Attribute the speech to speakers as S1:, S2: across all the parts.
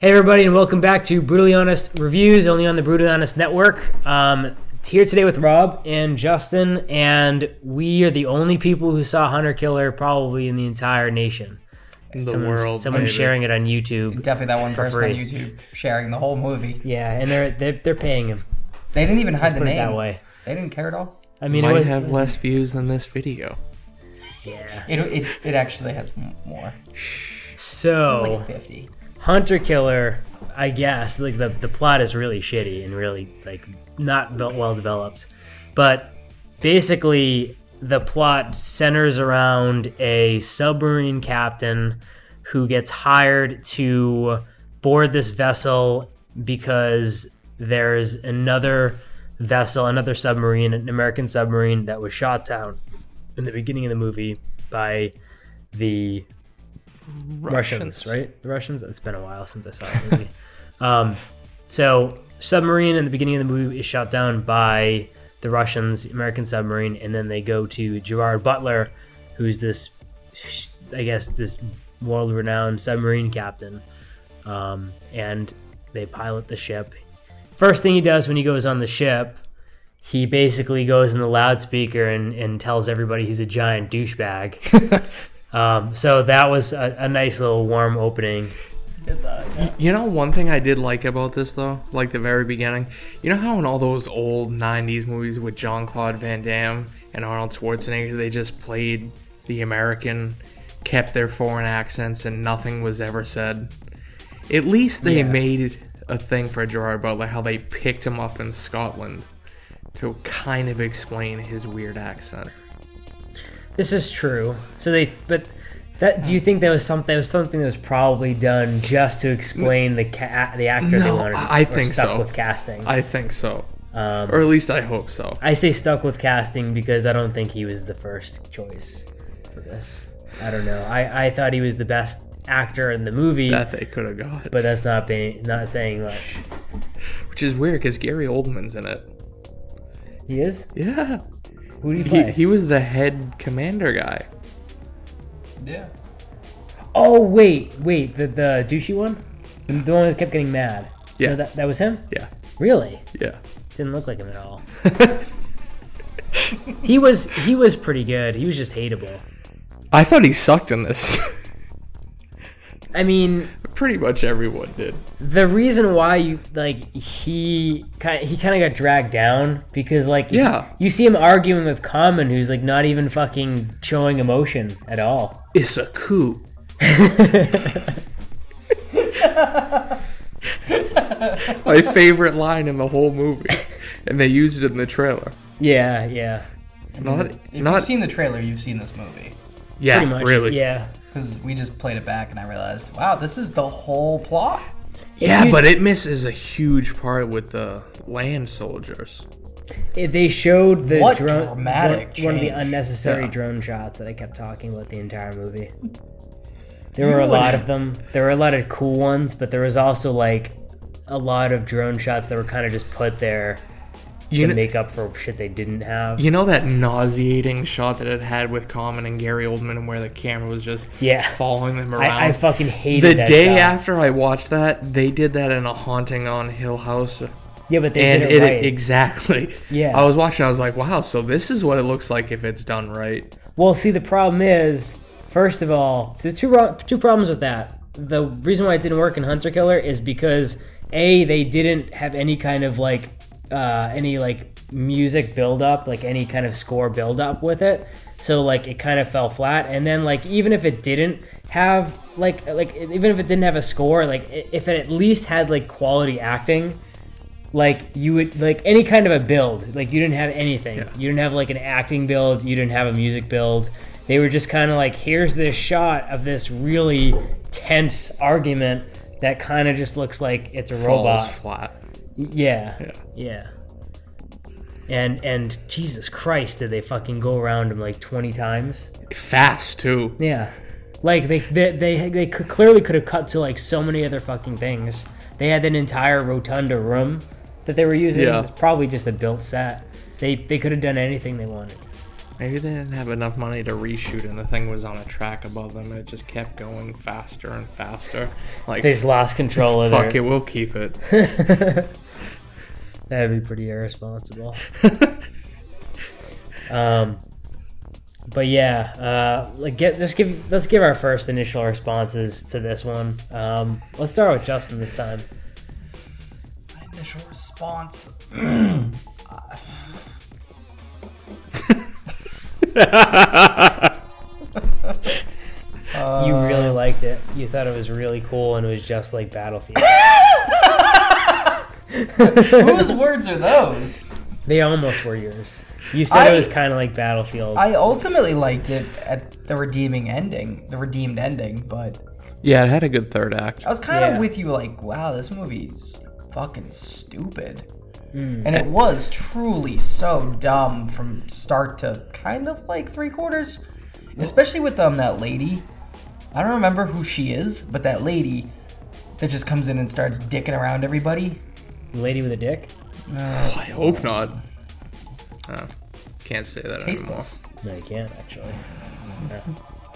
S1: Hey, everybody, and welcome back to Brutally Honest Reviews, only on the Brutally Honest Network. Um, here today with Rob and Justin, and we are the only people who saw Hunter Killer probably in the entire nation.
S2: In the
S1: Someone's-
S2: world.
S1: someone's
S2: baby.
S1: sharing it on YouTube.
S3: Definitely that one person on
S1: free.
S3: YouTube sharing the whole movie.
S1: Yeah, and they're they're, they're paying him.
S3: They didn't even hide the
S1: Put
S3: name.
S1: it that way.
S3: They didn't care at all.
S1: I mean,
S2: Might
S1: it was
S2: have less views than this video.
S1: yeah.
S3: It, it, it actually has m- more. It's
S1: So
S3: like 50.
S1: Hunter Killer, I guess, like the the plot is really shitty and really like not built well developed. But basically, the plot centers around a submarine captain who gets hired to board this vessel because there's another vessel, another submarine, an American submarine that was shot down in the beginning of the movie by the Russians, right? The Russians. It's been a while since I saw that movie. um, so submarine in the beginning of the movie is shot down by the Russians, American submarine, and then they go to Gerard Butler, who's this, I guess, this world-renowned submarine captain, um, and they pilot the ship. First thing he does when he goes on the ship. He basically goes in the loudspeaker and, and tells everybody he's a giant douchebag. Um, so that was a, a nice little warm opening.
S3: Did that, yeah.
S2: You know, one thing I did like about this, though, like the very beginning, you know how in all those old 90s movies with Jean Claude Van Damme and Arnold Schwarzenegger, they just played the American, kept their foreign accents, and nothing was ever said? At least they made a thing for Gerard Butler, how they picked him up in Scotland to kind of explain his weird accent.
S1: This is true. So they, but that do you think that was something? That was something that was probably done just to explain the ca- the actor they
S2: No,
S1: wanted.
S2: I- I
S1: or
S2: think
S1: stuck
S2: so.
S1: with casting. I,
S2: I think so.
S1: Um,
S2: or at least I hope so.
S1: say stuck with casting because I don't think he was the first choice for this. I don't know. I I thought he was the best actor in the movie,
S2: That they could have got.
S1: but that's not being not saying like
S2: Which is weird because Gary Oldman's in it.
S1: he is.
S2: Yeah.
S1: Who do you
S2: He,
S1: play?
S2: he was the head commander guy.
S3: yeah.
S1: oh wait, wait the the douchey one, the, the one that kept getting mad.
S2: Yeah.
S1: No, that that was him.
S2: Yeah.
S1: Really?
S2: Yeah.
S1: Didn't look like him at all. he was he was pretty good. He was just hateable.
S2: I thought he sucked in this.
S1: I mean,
S2: Pretty much everyone did.
S1: the reason why you like he kind he kind of got dragged down because like
S2: Yeah.
S1: you see him arguing with Common, who's like not even fucking showing emotion at all.
S2: It's a coup. My favorite line in the whole movie. And they used it in the trailer.
S1: Yeah, yeah,
S2: Not,
S3: If
S2: not,
S3: you've seen the trailer, you've seen this movie.
S2: yeah,
S1: pretty much.
S2: really.
S1: Yeah,
S3: Because we just played it back and I realized, wow, this is the whole plot?
S2: Yeah,
S1: You-
S2: but it misses a huge part with the land soldiers.
S1: It- they showed the
S3: What
S1: drone
S3: dramatic
S1: one, one of the
S3: change.
S1: unnecessary
S2: Yeah.
S1: drone shots that I kept talking about the entire movie. There were a lot of them. There were a lot of cool ones, but there was also like a lot of drone shots that were kind of just put there
S2: You
S1: to
S2: kn-
S1: make up for shit they didn't have.
S2: You know that nauseating shot that it had with Common and Gary Oldman, where the camera was just
S1: Yeah.
S2: following them around.
S1: I, I fucking hated
S2: the
S1: that
S2: day
S1: shot.
S2: after I watched that, they did that in a haunting on Hill House,
S1: Yeah, but they
S2: and
S1: did it, right.
S2: exactly.
S1: Yeah.
S2: I was watching. I was like, wow. So this is what it looks like if it's done right.
S1: Well, see, the problem is, first of all, the two ro- two problems with that. The reason why it didn't work in Hunter Killer is because a they didn't have any kind of like uh, any like music build up, like any kind of score build up with it. So like it kind of fell flat. And then like even if it didn't have like like even if it didn't have a score, like i- if it at least had like quality acting, like you would like any kind of a build like you didn't have anything you didn't have like an acting build you didn't have a music build they were just kind of like here's this shot of this really tense argument that kind of just looks like it's a robot
S2: Falls flat.
S1: yeah, yeah and and jesus christ did they fucking go around him like 20 times
S2: Fast too.
S1: yeah, like they they they, they could, clearly could have cut to like so many other fucking things. They had an entire rotunda room that they were using.
S2: Yeah.
S1: It's probably just a built set. They they could have done anything they wanted.
S2: Maybe they didn't have enough money to reshoot, and the thing was on a track above them, and it just kept going faster and faster. Like,
S1: They just lost control of
S2: fuck it,
S1: their...
S2: we'll keep it.
S1: That'd be pretty irresponsible. um, but yeah, uh, like get just give let's give our first initial responses to this one. Um, let's start with Justin this time.
S3: My initial response.
S1: You
S3: Uh,
S1: really liked it. You thought it was really cool, and it was just like Battlefield.
S3: Whose words are those?
S1: they almost were yours. You said
S3: I-
S1: it was kind of like Battlefield.
S3: I ultimately liked it at the redeeming ending, the redeemed ending, but
S2: Yeah, it had a good third act.
S3: I was kind of
S1: Yeah.
S3: with you, like, wow, this movie's fucking stupid.
S1: Hmm.
S3: And it was truly so dumb from start to kind of like three quarters, especially with um that lady. I don't remember who she is, but that lady that just comes in and starts dicking around everybody.
S1: Lady with a dick.
S2: I hope not. Oh, can't say that anymore.
S3: Tasteless.
S1: No, you can't actually.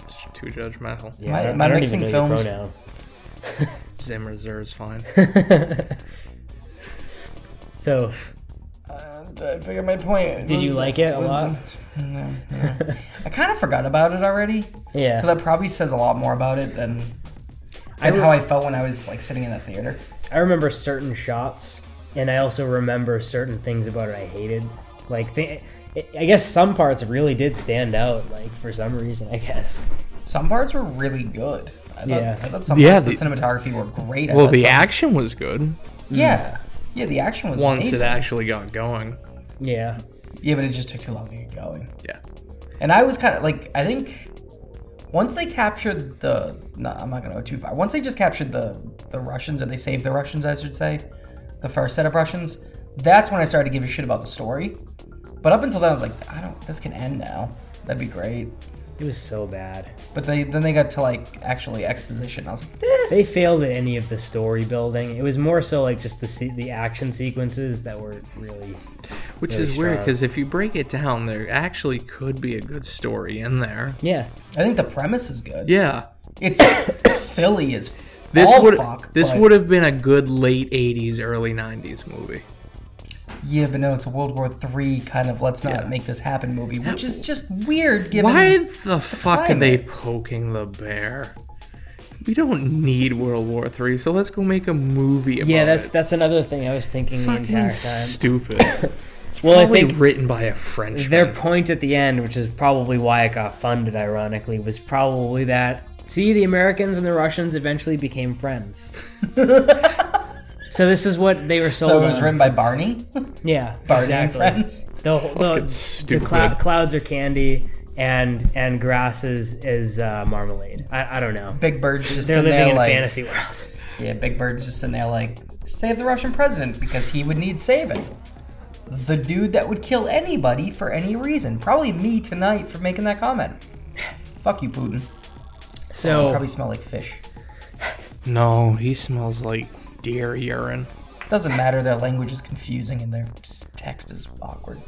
S2: It's too judgmental.
S1: Yeah,
S3: Am I-
S1: I,
S3: am I
S1: I don't
S3: mixing
S1: even know
S3: films?
S1: your pronoun.
S2: Zimmer's is fine.
S1: So
S3: Uh, I figured my point.
S1: Did you like it a
S3: was-
S1: lot?
S3: No, no. I kind of forgot about it already.
S1: yeah,
S3: So that probably says a lot more about it than,
S1: I
S3: than
S1: re-
S3: how I felt when I was like sitting in that theater.
S1: I remember certain shots, and I also remember certain things about it I hated. Like, th- I guess some parts really did stand out, like for some reason. I guess.
S3: Some parts were really good. I thought,
S1: Yeah.
S3: I thought some
S2: Yeah,
S3: parts of the, cinematography were great. I
S2: Well,
S3: thought
S2: the
S3: some-
S2: action was good
S3: yeah, yeah, the action was
S2: once it
S3: amazing.
S2: actually got going.
S1: Yeah,
S3: Yeah, but it just took too long to get going.
S2: Yeah.
S3: And I was kind of like, I think once they captured the, no, I'm not gonna go too far. Once they just captured the the Russians, or they saved the Russians, I should say, the first set of Russians. That's when I started to give a shit about the story. But up until then, I was like, I don't. This can end now. That'd be great.
S1: it was so bad.
S3: But they then they got to like actually exposition. I was like, this.
S1: They failed at any of the story building. It was more so like just the se- the action sequences that were really.
S2: Which
S1: Really
S2: is weird
S1: strong.
S2: because if you break it down, there actually could be a good story in there.
S1: Yeah,
S3: I think the premise is good.
S2: Yeah.
S3: It's silly as
S2: This
S3: all
S2: would
S3: fuck.
S2: this
S3: but-
S2: would have been a good late '80s, early '90s movie.
S3: Yeah, but no, it's a World War Three kind of let's not make this happen movie, which is just weird given.
S2: Why the fuck are they
S3: climate.
S2: poking the bear? We don't need World War Three, so let's go make a movie about
S1: yeah. That's
S2: it.
S1: that's another thing I was thinking the entire
S2: fucking
S1: time.
S2: stupid. It's
S1: Well, I
S2: probably
S1: think-
S2: written by a Frenchman.
S1: Their point at the end, which is probably why it got funded, ironically, was probably that see, the Americans and the Russians eventually became friends. so this is what they were sold.
S3: So it was
S1: on.
S3: written by Barney.
S1: yeah,
S3: Barney and
S1: exactly.
S3: Friends.
S1: The, whole- the, the
S2: stupid.
S1: clou- clouds are candy, and and grass is is uh, marmalade. I, I don't know.
S3: Big Bird's just
S1: They're
S3: in
S1: living
S3: there
S1: in
S3: like
S1: a fantasy world.
S3: yeah, Big Bird's just in there like save the Russian president because he would need saving. The dude that would kill anybody for any reason, probably me tonight for making that comment. Fuck you, Putin.
S1: So
S3: Probably smell like fish.
S2: No, he smells like deer urine.
S3: Doesn't matter. Their language is confusing and their s- text is awkward.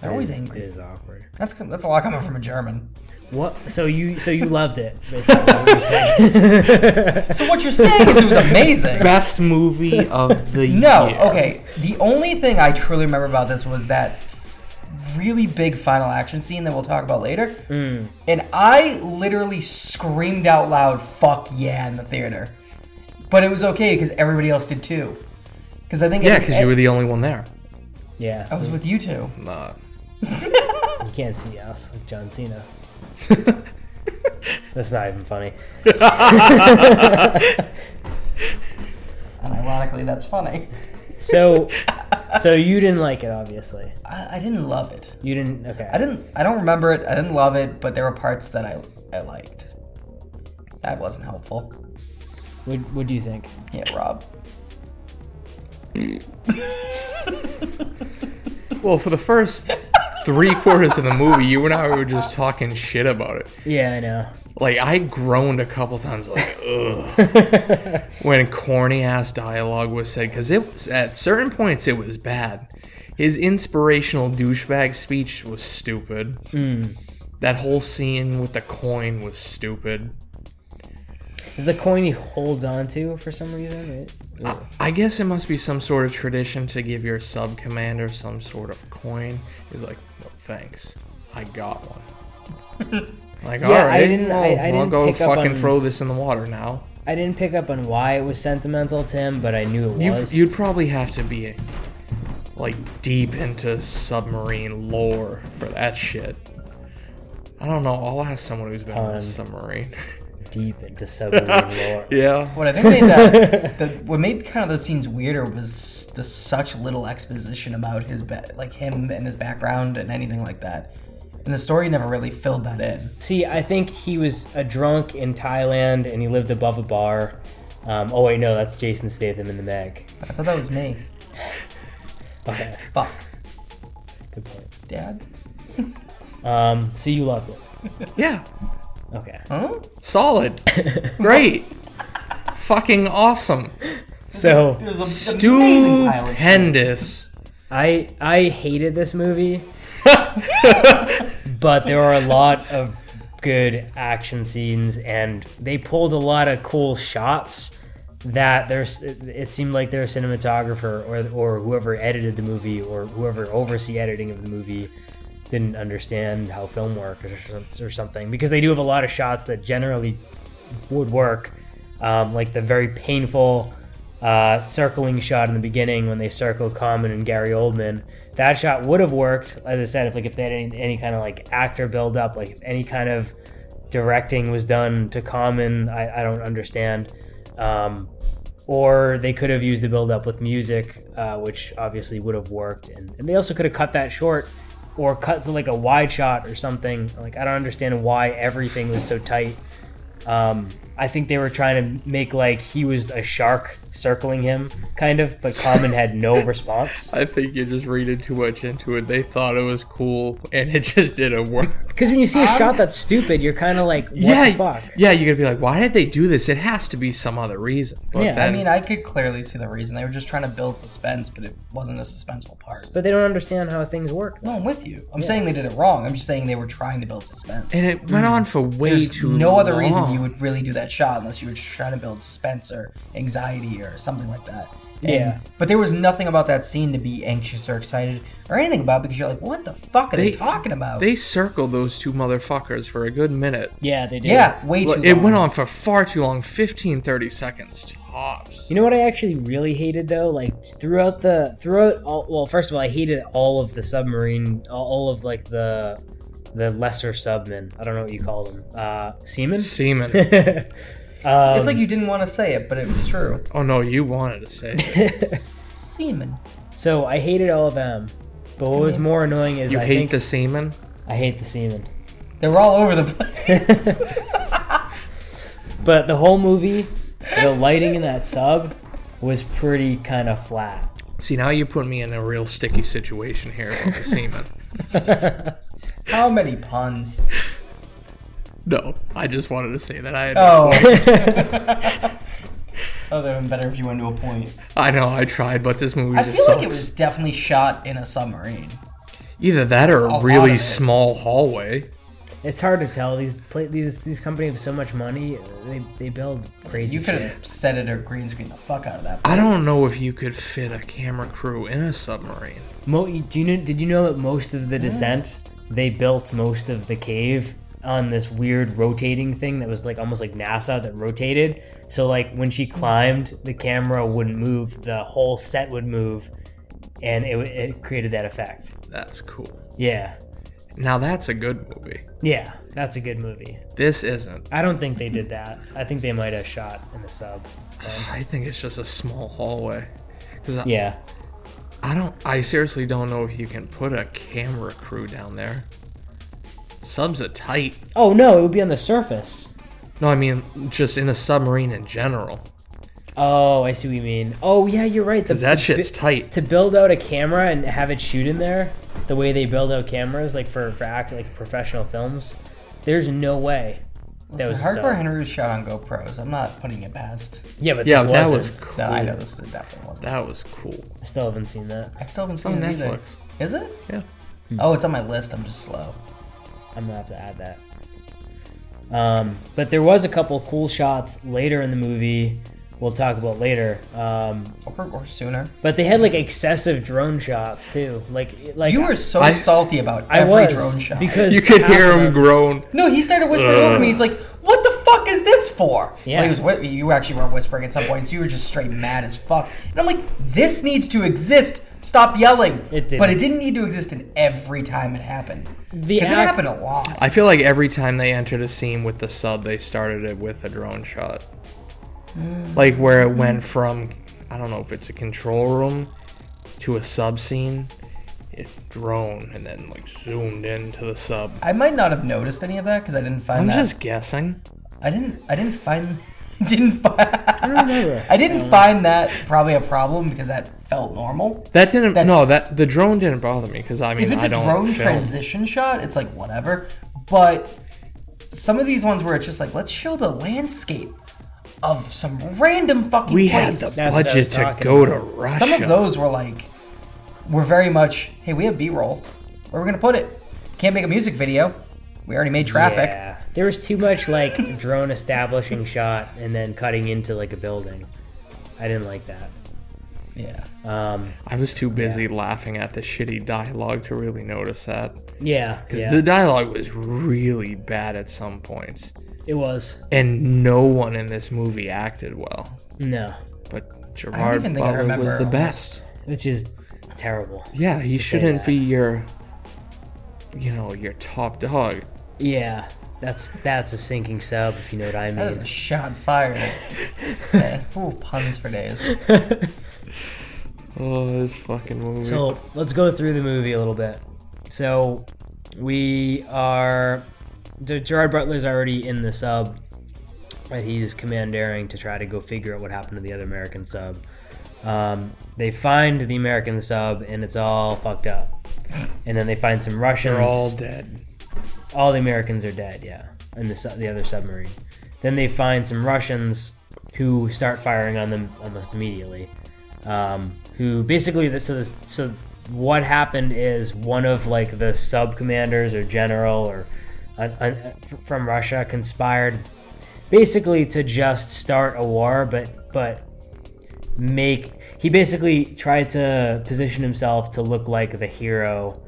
S3: They're always
S1: It is-
S3: angry.
S1: It is awkward.
S3: That's that's a lot coming from a German.
S1: What? So you so you loved it. basically, what you're saying.
S3: So what you're saying is it was amazing.
S2: Best movie of the
S3: No,
S2: year.
S3: okay. The only thing I truly remember about this was that really big final action scene that we'll talk about later. And I literally screamed out loud, fuck yeah, in the theater. But it was okay because everybody else did too. Because I think. e,
S2: Yeah, because you were the only one there.
S1: yeah,
S3: I was with you two.
S2: Uh,
S1: You can't see us, like John Cena. That's not even funny.
S3: And ironically, that's funny.
S1: So, so you didn't like it, obviously.
S3: I, I didn't love it.
S1: You didn't. Okay.
S3: I didn't. I don't remember it. I didn't love it, but there were parts that I I liked. That wasn't helpful.
S1: What, what do you think?
S3: Yeah, Rob.
S2: well, for the first three quarters of the movie, you and I were just talking shit about it.
S1: Yeah, I know.
S2: Like I groaned a couple times, like ugh, when corny ass dialogue was said because it was, at certain points it was bad. His inspirational douchebag speech was stupid.
S3: Hmm.
S2: That whole scene with the coin was stupid.
S1: Is the coin he holds on to for some reason? Right?
S2: I guess it must be some sort of tradition to give your sub commander some sort of coin. He's like, no, thanks, I got one. like, all right,
S1: didn't-
S2: well,
S1: I- I
S2: will
S1: didn't
S2: go
S1: pick up
S2: fucking
S1: on-
S2: throw this in the water now.
S1: I didn't pick up on why it was sentimental to him, but I knew it
S2: You,
S1: was.
S2: you'd probably have to be like deep into submarine lore for that shit. I don't know. I'll ask someone who's been on
S1: Um,
S2: a submarine.
S1: deep into submarine lore.
S2: yeah.
S3: What I think made that the, what made kind of those scenes weirder was the such little exposition about his ba- like him and his background and anything like that, and the story never really filled that in.
S1: See, I think he was a drunk in Thailand and he lived above a bar. Um, oh wait, no, that's Jason Statham in the Meg.
S3: I thought that was me.
S1: Okay,
S3: Fuck,
S1: good point.
S3: Dad.
S1: Um, so you loved it.
S2: Yeah.
S1: Okay.
S3: Huh?
S2: Solid. Great. fucking awesome.
S1: So
S3: It was an amazing pile of shit.
S2: Stupendous.
S1: I I hated this movie, but there were a lot of good action scenes, and they pulled a lot of cool shots. That there's, it seemed like their cinematographer or or whoever edited the movie or whoever oversee editing of the movie didn't understand how film works or, some- or something because they do have a lot of shots that generally would work, um, like the very painful uh, circling shot in the beginning when they circle Common and Gary Oldman. That shot would have worked, as I said, if like if they had any, any kind of like actor build up, like if any kind of directing was done to Common. I, I don't understand. Um, or they could have used the build up with music, uh, which obviously would have worked. And, and they also could have cut that short or cut to like a wide shot or something. Like, I don't understand why everything was so tight. Um, I think they were trying to make like he was a shark circling him, kind of, but Common had no response.
S2: I think you're just reading too much into it. They thought it was cool and it just didn't work.
S1: Because when you see a shot that's stupid, you're kind of like, what
S2: yeah.
S1: the fuck?
S2: Yeah, you're going to be like, why did they do this? It has to be some other reason. But
S1: Yeah, I
S2: then,
S3: I mean, I could clearly see the reason they were just trying to build suspense, but it wasn't a suspenseful part.
S1: But they don't understand how things work.
S3: No, I'm with you. I'm saying they did it wrong. I'm just saying they were trying to build suspense.
S2: and it went on for way
S3: There's
S2: too long.
S3: no other reason you would really do that shot unless you were just trying to build suspense or anxiety or something like that. And-
S1: Yeah.
S3: But there was nothing about that scene to be anxious or excited or anything about because you're like, what the fuck are they,
S2: They-
S3: talking about?
S2: They circled those two motherfuckers for a good minute.
S1: Yeah, they do.
S3: yeah, way too.
S2: Look, it
S3: long.
S2: went on for far too long 15, 30 seconds tops.
S1: You know what I actually really hated though, like throughout the throughout all well, first of all, I hated all of the submarine, all all of like the the lesser submen. I don't know what you call them, uh, seamen.
S2: Seaman.
S1: Um,
S3: It's like you didn't want to say it, but it was true.
S2: oh no, you wanted to say. it.
S3: Semen.
S1: so I hated all of them. But what was more annoying is
S2: You
S1: I
S2: hate
S1: think
S2: the seaman?
S1: I hate the seamen.
S3: They were all over the place.
S1: But the whole movie, the lighting in that sub was pretty kind of flat.
S2: See, now you put me in a real sticky situation here with the seaman.
S3: How many puns?
S2: No, I just wanted to say that I had.
S3: Oh. oh, they would been better if you went to a point.
S2: I know I tried, but this movie
S3: I
S2: just
S3: feel
S2: sucks.
S3: like it was definitely shot in a submarine.
S2: Either that or
S3: a lot
S2: a
S3: of
S2: really
S3: it.
S2: small hallway.
S1: It's hard to tell. These play, these these companies have so much money. They, they build crazy.
S3: You could
S1: shit.
S3: have set it or green screen the fuck out of that.
S2: I don't know if you could fit a camera crew in a submarine.
S1: Mo- do you know, did you know that most of the descent they built most of the cave on this weird rotating thing that was like almost like NASA that rotated. So like when she climbed, the camera wouldn't move, the whole set would move, and it, it created that effect.
S2: That's cool.
S1: Yeah,
S2: Now that's a good movie.
S1: yeah, that's a good movie.
S2: This isn't.
S1: I don't think they did that. I think they might have shot in the sub.
S2: I think it's just a small hallway. Cause I,
S1: Yeah,
S2: I don't. I seriously don't know if you can put a camera crew down there. Subs are tight.
S1: Oh no, it would be on the surface.
S2: No, I mean just in a submarine in general.
S1: Oh, I see what you mean. Oh yeah, you're right. The,
S2: Cause that
S1: the
S2: shit's
S1: bi-
S2: tight.
S1: to build out a camera and have it shoot in there, the way they build out cameras, like for for act like professional films, there's no way That
S3: Listen,
S1: was
S3: Hardcore
S1: so-
S3: Henry was shot on GoPros. I'm not putting it past.
S1: Yeah, but
S2: Yeah,
S1: this
S2: that was
S1: wasn't.
S2: cool.
S3: No, I know this definitely wasn't.
S2: That was cool.
S1: I still haven't seen that.
S3: I still haven't
S2: on
S3: seen it either.
S2: Netflix.
S3: Is it?
S2: Yeah.
S1: Hmm.
S3: Oh, it's on my list. I'm just slow.
S1: I'm gonna have to add that. Um, but there was a couple cool shots later in the movie. We'll talk about later. Um,
S3: Or, or sooner.
S1: but they had like excessive drone shots too. Like, like
S3: You were so
S2: I-
S3: salty about
S1: I
S3: every
S1: was
S3: drone shot.
S1: because
S2: You could
S1: half
S2: hear
S1: of
S2: him
S1: them-
S2: groan.
S3: no, he started whispering over me. He's like, "What the fuck is this for?"
S1: Yeah.
S3: Well, he was. whi- You actually weren't whispering at some points. You were just straight mad as fuck. And I'm like, "This needs to exist. Stop yelling."
S1: It didn't.
S3: But it didn't need to exist in every time it happened.
S1: The
S3: Because it
S1: act-
S3: happened a lot.
S2: I feel like every time they entered a scene with the sub, they started it with a drone shot.
S1: Mm.
S2: Like where it went from, I don't know if it's a control room to a sub scene, it drone and then like zoomed into the sub.
S3: I might not have noticed any of that because I didn't find
S2: I'm
S3: that.
S2: just guessing.
S3: I didn't. I didn't find. Didn't find. I
S1: don't remember.
S3: didn't find that probably a problem because that felt normal.
S2: That didn't. no, that the drone didn't bother me because I mean
S3: If it's
S2: I
S3: a
S2: don't
S3: drone
S2: film.
S3: transition shot, it's like whatever. But some of these ones where it's just like, let's show the landscape of some random fucking
S2: we had
S3: place.
S2: the
S1: That's what I
S2: budget
S1: was
S2: to
S1: talking
S2: go to
S1: about.
S2: Russia.
S3: some of those were like, were very much, hey, we have B-roll. Where are we gonna put it? Can't make a music video. We already made traffic.
S1: Yeah, there was too much like drone establishing shot and then cutting into like a building. I didn't like that.
S3: Yeah.
S1: Um,
S2: I was too busy laughing at the shitty dialogue to really notice that
S1: yeah,
S2: because
S1: yeah,
S2: the dialogue was really bad at some points,
S1: it was
S2: and no one in this movie acted well.
S1: no,
S2: But
S3: I don't
S2: Gerard
S3: even think I
S2: Butler
S3: remember.
S2: was the
S3: almost.
S2: best.
S1: which is terrible.
S2: Yeah, he shouldn't
S1: that.
S2: be your, you know, your top dog.
S1: Yeah, that's that's a sinking sub if you know what I
S3: That is
S1: mean.
S3: a shot fired. yeah. Ooh, puns for days.
S2: Oh, this fucking movie.
S1: So let's go through the movie a little bit. So we are. Ger- Gerard Butler's already in the sub, and he's commandeering to try to go figure out what happened to the other American sub. Um, they find the American sub, and it's all fucked up. And then they find some Russians.
S2: They're all dead.
S1: all the Americans are dead, yeah, and the su- the other submarine. Then they find some Russians who start firing on them almost immediately. Um, who basically this so this, so what happened is one of like the sub commanders or general or an, an, from Russia conspired basically to just start a war, but but make he basically tried to position himself to look like the hero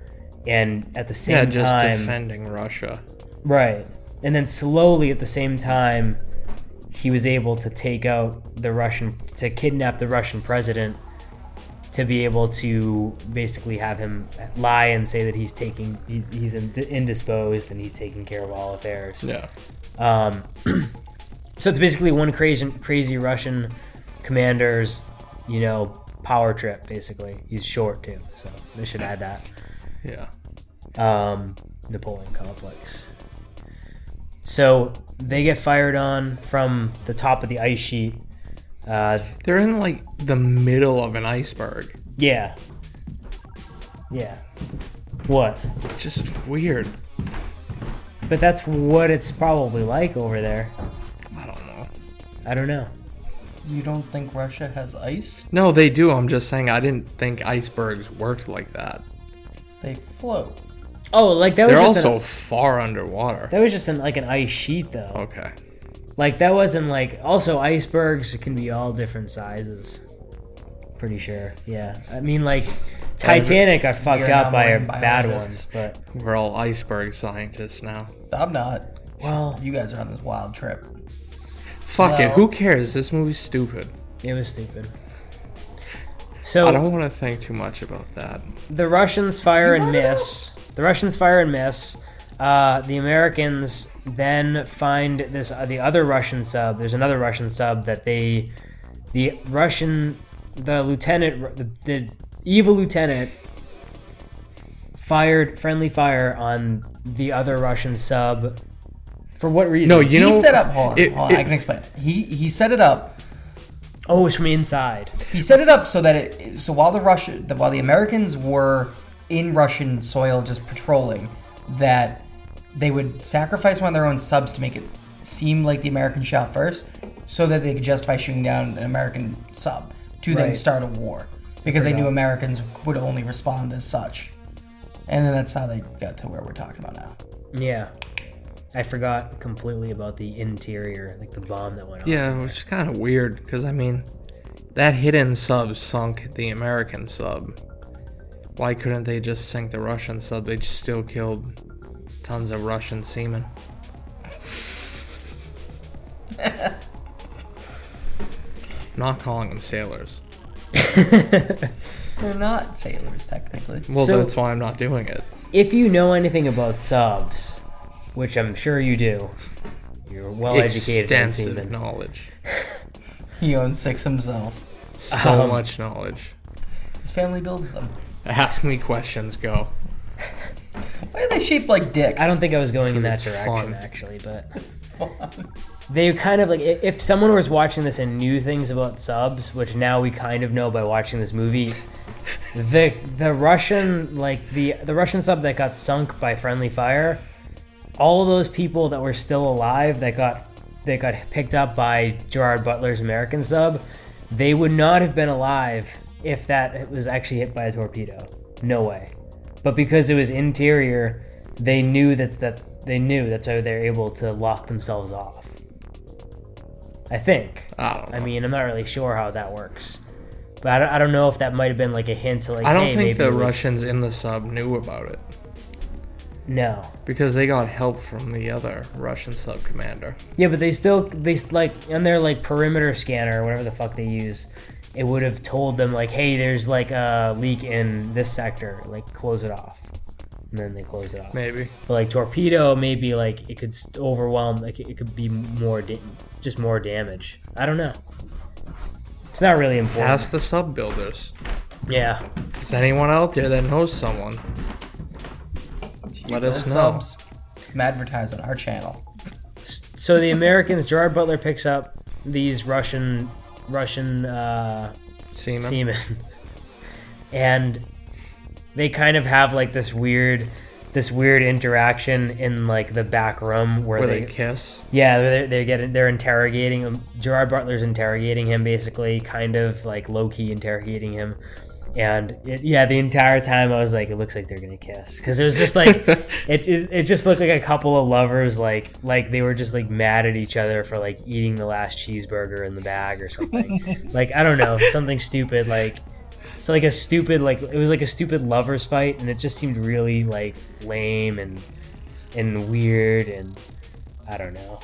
S1: and at the same
S2: Yeah, just
S1: time
S2: defending Russia.
S1: Right. And then slowly at the same time, he was able to take out the Russian, to kidnap the Russian president to be able to basically have him lie and say that he's taking, he's, he's in, indisposed and he's taking care of all affairs.
S2: Yeah.
S1: Um, so it's basically one crazy, crazy Russian commander's, you know, power trip, basically. He's short too, so they should add that
S2: Yeah.
S1: um, Napoleon complex. So they get fired on from the top of the ice sheet. Uh,
S2: They're in like the middle of an iceberg.
S1: yeah. Yeah. What?
S2: It's just weird.
S1: But that's what it's probably like over there.
S2: I don't know.
S1: I don't know.
S3: You don't think Russia has ice?
S2: No, they do. I'm just saying I didn't think icebergs worked like that.
S3: They float.
S1: Oh, like that was
S2: They're
S1: just
S2: also
S1: an,
S2: far underwater.
S1: that was just an, like an ice sheet though.
S2: Okay.
S1: Like that wasn't like also icebergs can be all different sizes. Pretty sure. Yeah. I mean like Titanic got fucked
S3: You're
S1: up
S3: not
S1: by a
S3: marine
S1: bad one,
S3: biologist.
S1: but
S2: We're all iceberg scientists now.
S3: I'm not.
S1: well,
S3: You guys are on this wild trip.
S2: Fuck it.
S3: Well-
S2: Who cares? This movie's stupid.
S1: It was stupid.
S2: I
S1: So
S2: don't want to think too much about that.
S1: the Russians fire and miss. The Russians fire and miss. Uh, the Americans then find this uh, the other Russian sub. There's another Russian sub that they, the Russian, the lieutenant, the, the evil lieutenant, fired friendly fire on the other Russian sub. For what reason?
S2: No, you
S3: he
S2: know.
S3: set up. Hold on.
S2: it-
S3: hold on I
S2: it-
S3: can explain. He he set it up.
S1: oh, it's from inside.
S3: He set it up so that it. So while the Russia, the, while the Americans were in Russian soil just patrolling, that they would sacrifice one of their own subs to make it seem like the American shot first, so that they could justify shooting down an American sub to then
S1: Right.
S3: start a war because they knew Americans would only respond as such. And then that's how they got to where we're talking about now.
S1: Yeah. I forgot completely about the interior, like the bomb that went off.
S2: Yeah, which is kind of weird because I mean, that hidden sub sunk the American sub. Why couldn't they just sink the Russian sub? They just still killed tons of Russian seamen. Not calling them sailors.
S3: They're not sailors technically.
S2: Well,
S1: So-
S2: that's why I'm not doing it.
S1: If you know anything about subs, which I'm sure you do, you're well educated in
S2: Extensive
S1: seamen.
S2: knowledge.
S3: He owns six himself.
S2: So
S1: Um,
S2: much knowledge.
S3: His family builds them.
S2: Ask me questions, go.
S3: Why are they shaped like dicks?
S1: I don't think I was going in that
S2: It's
S1: direction
S2: fun.
S1: actually, but they kind of like i- if someone was watching this and knew things about subs, which now we kind of know by watching this movie. The the Russian like the the Russian sub that got sunk by friendly fire, all those people that were still alive that got that got picked up by Gerard Butler's American sub, they would not have been alive if that was actually hit by a torpedo. No way. But because it was interior, they knew that that they knew that's how they're able to lock themselves off. I think.
S2: I don't know.
S1: I mean, I'm not really sure how that works, but I don't, I don't know if that might have been like a hint to like.
S2: I don't
S1: hey, maybe
S2: think the
S1: it was-
S2: Russians in the sub knew about it.
S1: No.
S2: Because they got help from the other Russian sub commander.
S1: Yeah, but they still they s- like on their like perimeter scanner or whatever the fuck they use, it would have told them like, hey, there's like a leak in this sector, like close it off, and then they close it off.
S2: Maybe.
S1: But like torpedo, maybe like it could s- overwhelm, like it could be more da- just more damage. I don't know. It's not really important.
S2: Ask the sub builders.
S1: Yeah,
S2: Is anyone out there that knows someone? Let us
S3: Build
S2: know.
S3: subs. Come advertise on our channel.
S1: so the Americans, Gerard Butler picks up these Russian Russian uh,
S2: Seaman.
S1: seamen, and they kind of have like this weird this weird interaction in like the back room where,
S2: Where
S1: they,
S2: they kiss.
S1: yeah they're, they're getting they're interrogating him gerard butler's interrogating him basically kind of like low-key interrogating him and it, yeah the entire time i was like it looks like they're gonna kiss because it was just like it, it, it just looked like a couple of lovers like like they were just like mad at each other for like eating the last cheeseburger in the bag or something like i don't know something stupid like it's like a stupid like it was like a stupid lovers fight and it just seemed really like lame and and weird and I don't know.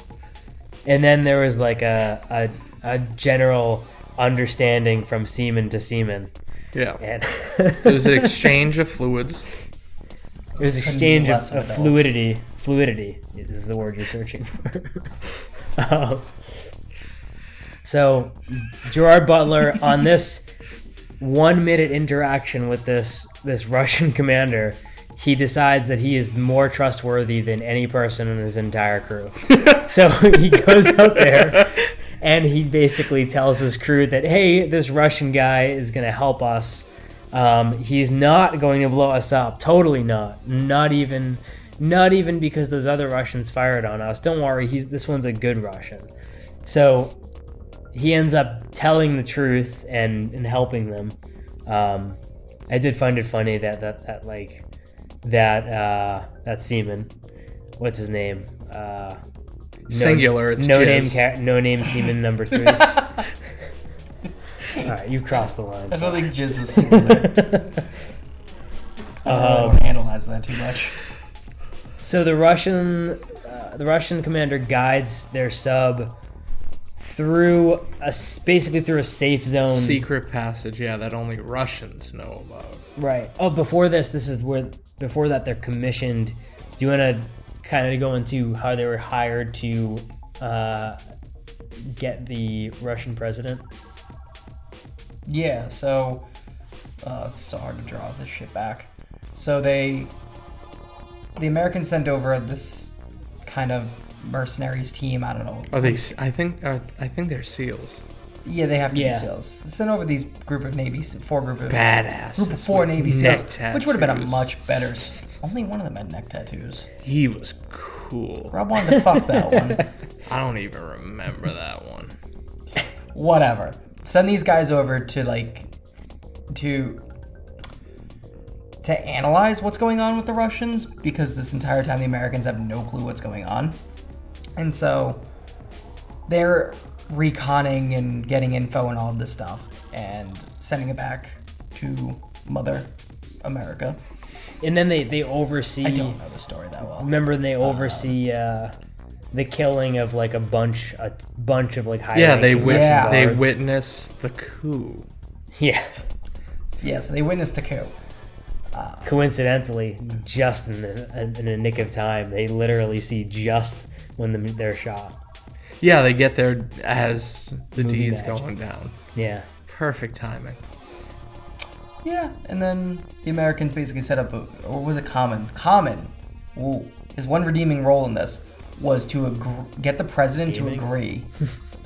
S1: And then there was like a a, a general understanding from seaman to seaman,
S2: Yeah.
S1: and
S2: It was an exchange of fluids.
S1: it was exchange of,
S3: less
S1: of
S3: adults.
S1: fluidity. Fluidity is the word you're searching for. um, so Gerard Butler on this one minute interaction with this this Russian commander, he decides that he is more trustworthy than any person in his entire crew. so he goes out there and he basically tells his crew that hey, this Russian guy is going to help us. Um, he's not going to blow us up. Totally not. Not even not even because those other Russians fired on us. Don't worry, he's this one's a good Russian. So he ends up telling the truth and, and helping them. Um, I did find it funny that that, that like that uh, that seaman, what's his name? Uh, no,
S2: Singular, it's
S1: no
S2: jizz.
S1: name car- no name seaman number three. All right, you've crossed the line.
S3: I
S1: so-
S3: don't think Jizz is seeing that. I really don't analyze that too much.
S1: So the Russian, uh, the Russian commander guides their sub through a s- basically through a safe zone.
S2: Secret passage, yeah, that only Russians know about.
S1: Right. Oh, before this, this is where before that they're commissioned. Do you want to kind of go into how they were hired to uh, get the Russian president?
S3: Yeah, so uh, it's so hard to draw this shit back. So they, the Americans sent over this kind of mercenaries team. I don't know.
S2: Are they? s- I think. Are, I think they're seals.
S3: Yeah, they have to
S1: Yeah.
S3: be seals. They sent over these group of Navy, s- four group of
S2: Badass.
S3: group of four Navy seals,
S2: neck
S3: which would have been a
S2: tattoos.
S3: much better. s- Only one of them had neck tattoos.
S2: He was cool. cool.
S3: Rob wanted to fuck that one.
S2: I don't even remember that one.
S3: Whatever. Send these guys over to like to to analyze what's going on with the Russians because this entire time the Americans have no clue what's going on. And so they're reconning and getting info and all of this stuff and sending it back to Mother America.
S1: And then they they oversee.
S3: I don't know the story that well.
S1: Remember when they oversee uh, the killing of like a bunch a bunch of like high.
S2: Yeah, they wit-
S3: Yeah.
S2: they
S1: Guards.
S2: witnessed the coup.
S1: Yeah.
S3: Yeah, so they witnessed the coup. Hmm.
S1: Coincidentally, just in the in the nick of time, they literally see just when the, they're shot.
S2: Yeah, they get there as the
S1: Movie
S2: deed's
S1: magic.
S2: going down.
S1: Yeah.
S2: Perfect timing.
S3: Yeah, and then the Americans basically set up, a, or was it Common? Common, ooh, his one redeeming role in this was to agr get the president to agree.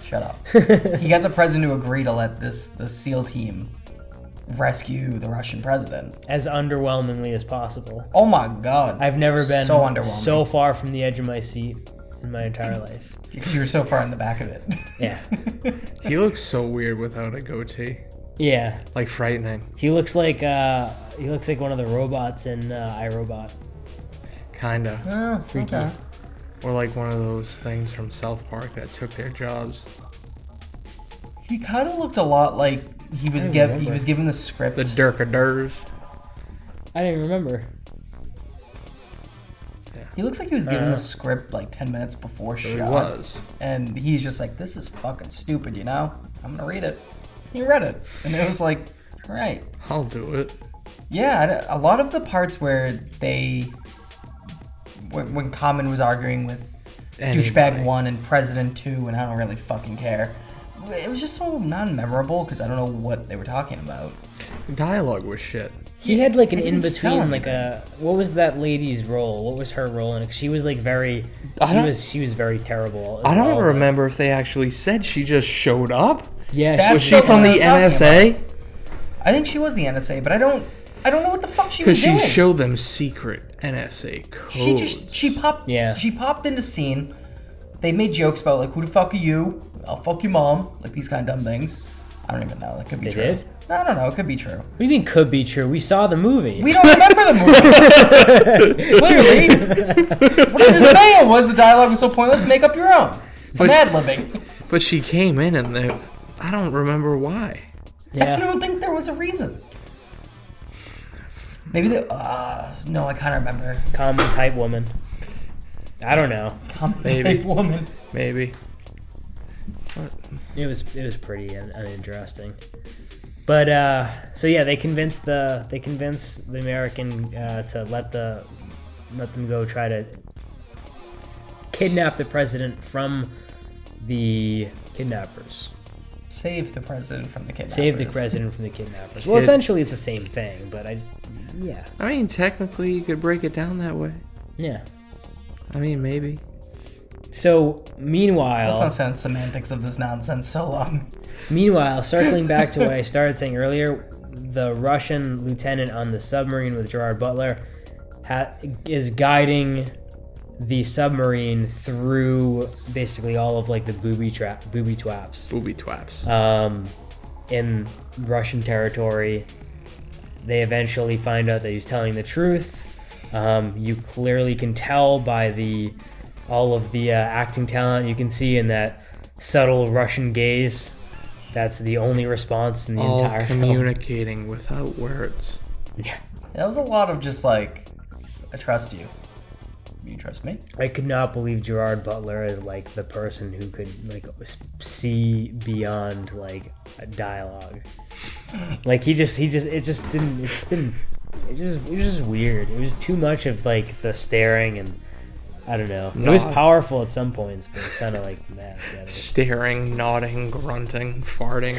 S3: Shut up. he got the president to agree to let this the SEAL team rescue the Russian president.
S1: As underwhelmingly as possible.
S3: Oh my God!
S1: I've never been
S3: so
S1: so,
S3: underwhelming
S1: far from the edge of my seat in my entire life.
S3: because you were so far in the back of it.
S1: Yeah.
S2: He looks so weird without a goatee.
S1: Yeah.
S2: Like frightening,
S1: He looks like uh he looks like one of the robots in uh, iRobot.
S2: kinda.
S3: oh,
S1: Freaky.
S3: okay.
S2: Or like one of those things from South Park that took their jobs.
S3: He kind of looked a lot like he was
S1: don't
S3: giv he
S1: remember.
S3: was given the script.
S2: The Durkadurs.
S1: I didn't remember.
S3: he looks like he was given
S1: Uh-huh.
S3: the script like ten minutes before
S2: It
S3: shot.
S2: was.
S3: and he's just like, "This is fucking stupid," you know. I'm gonna read it. He read it, and it was like, "All right,
S2: I'll do it.
S3: yeah." I don't- A lot of the parts where they, when, when Common was arguing with douchebag
S2: Anybody.
S3: one and President two, and I don't really fucking care. It was just so non-memorable because I don't know what they were talking about.
S2: Dialogue was shit.
S1: He had like an
S3: They
S1: in
S3: didn't sell
S1: between, like a what was that lady's role? What was her role? And she was like very,
S2: I
S1: she
S2: don't-
S1: was she was very terrible.
S2: I
S1: All
S2: don't
S1: of it.
S2: remember if they actually said she just showed up.
S1: Yeah,
S3: That's
S1: she
S2: Was
S1: was,
S2: she
S3: what
S2: from
S3: I
S2: the
S3: was talking
S2: NSA?
S3: I think she was the NSA, but I don't, I don't know what the fuck she
S2: Because
S3: was
S2: she
S3: doing.
S2: showed them secret NSA codes.
S3: She just she popped
S1: Yeah.
S3: she popped into scene. They made jokes about like who the fuck are you? I'll fuck your mom, like these kind of dumb things. I don't even know. That could be
S1: They
S3: true.
S1: did?
S3: No, I don't know. It could be true.
S1: what do you mean could be true? We saw the movie.
S3: We don't remember the movie. Clearly, what I'm just saying was the dialogue was so pointless. Make up your own.
S2: But-
S3: Mad living.
S2: But she came in and they, I don't remember why.
S3: I
S1: yeah,
S3: don't think there was a reason. Maybe the uh no, I kind of remember.
S1: common type woman. I don't know.
S3: Common
S2: Maybe.
S3: type woman.
S2: Maybe.
S1: It was it was pretty un- uninteresting. But uh, so yeah, they convinced the they convinced the American uh, to let the let them go try to kidnap the president from the kidnappers.
S3: Save the president from the kidnappers.
S1: Save the president from the kidnappers. Well,
S2: Kid-
S1: essentially it's the same thing, but I yeah
S2: I mean, technically, you could break it down that way.
S1: yeah.
S2: I mean, maybe.
S1: So
S3: Let's not
S1: meanwhile,
S3: sound semantics of this nonsense so long.
S1: meanwhile, circling back to what I started saying earlier, the Russian lieutenant on the submarine with Gerard Butler ha- is guiding the submarine through basically all of like the booby trap booby traps
S2: Booby twaps.
S1: um, in Russian territory. They eventually find out that he's telling the truth. Um, you clearly can tell by the all of the uh, acting talent you can see in that subtle Russian gaze. That's the only response in the
S2: All
S1: entire film.
S2: communicating without words.
S1: Yeah.
S3: That was a lot of just like, I trust you. You trust me?
S1: I could not believe Gerard Butler is like the person who could like s- see beyond like a dialogue. Like he just he just it just didn't it just didn't it just it was just weird. It was too much of like the staring and I don't know. It was
S2: Nod.
S1: powerful at some points, but it's kind of like that.
S2: Staring, nodding, grunting, farting.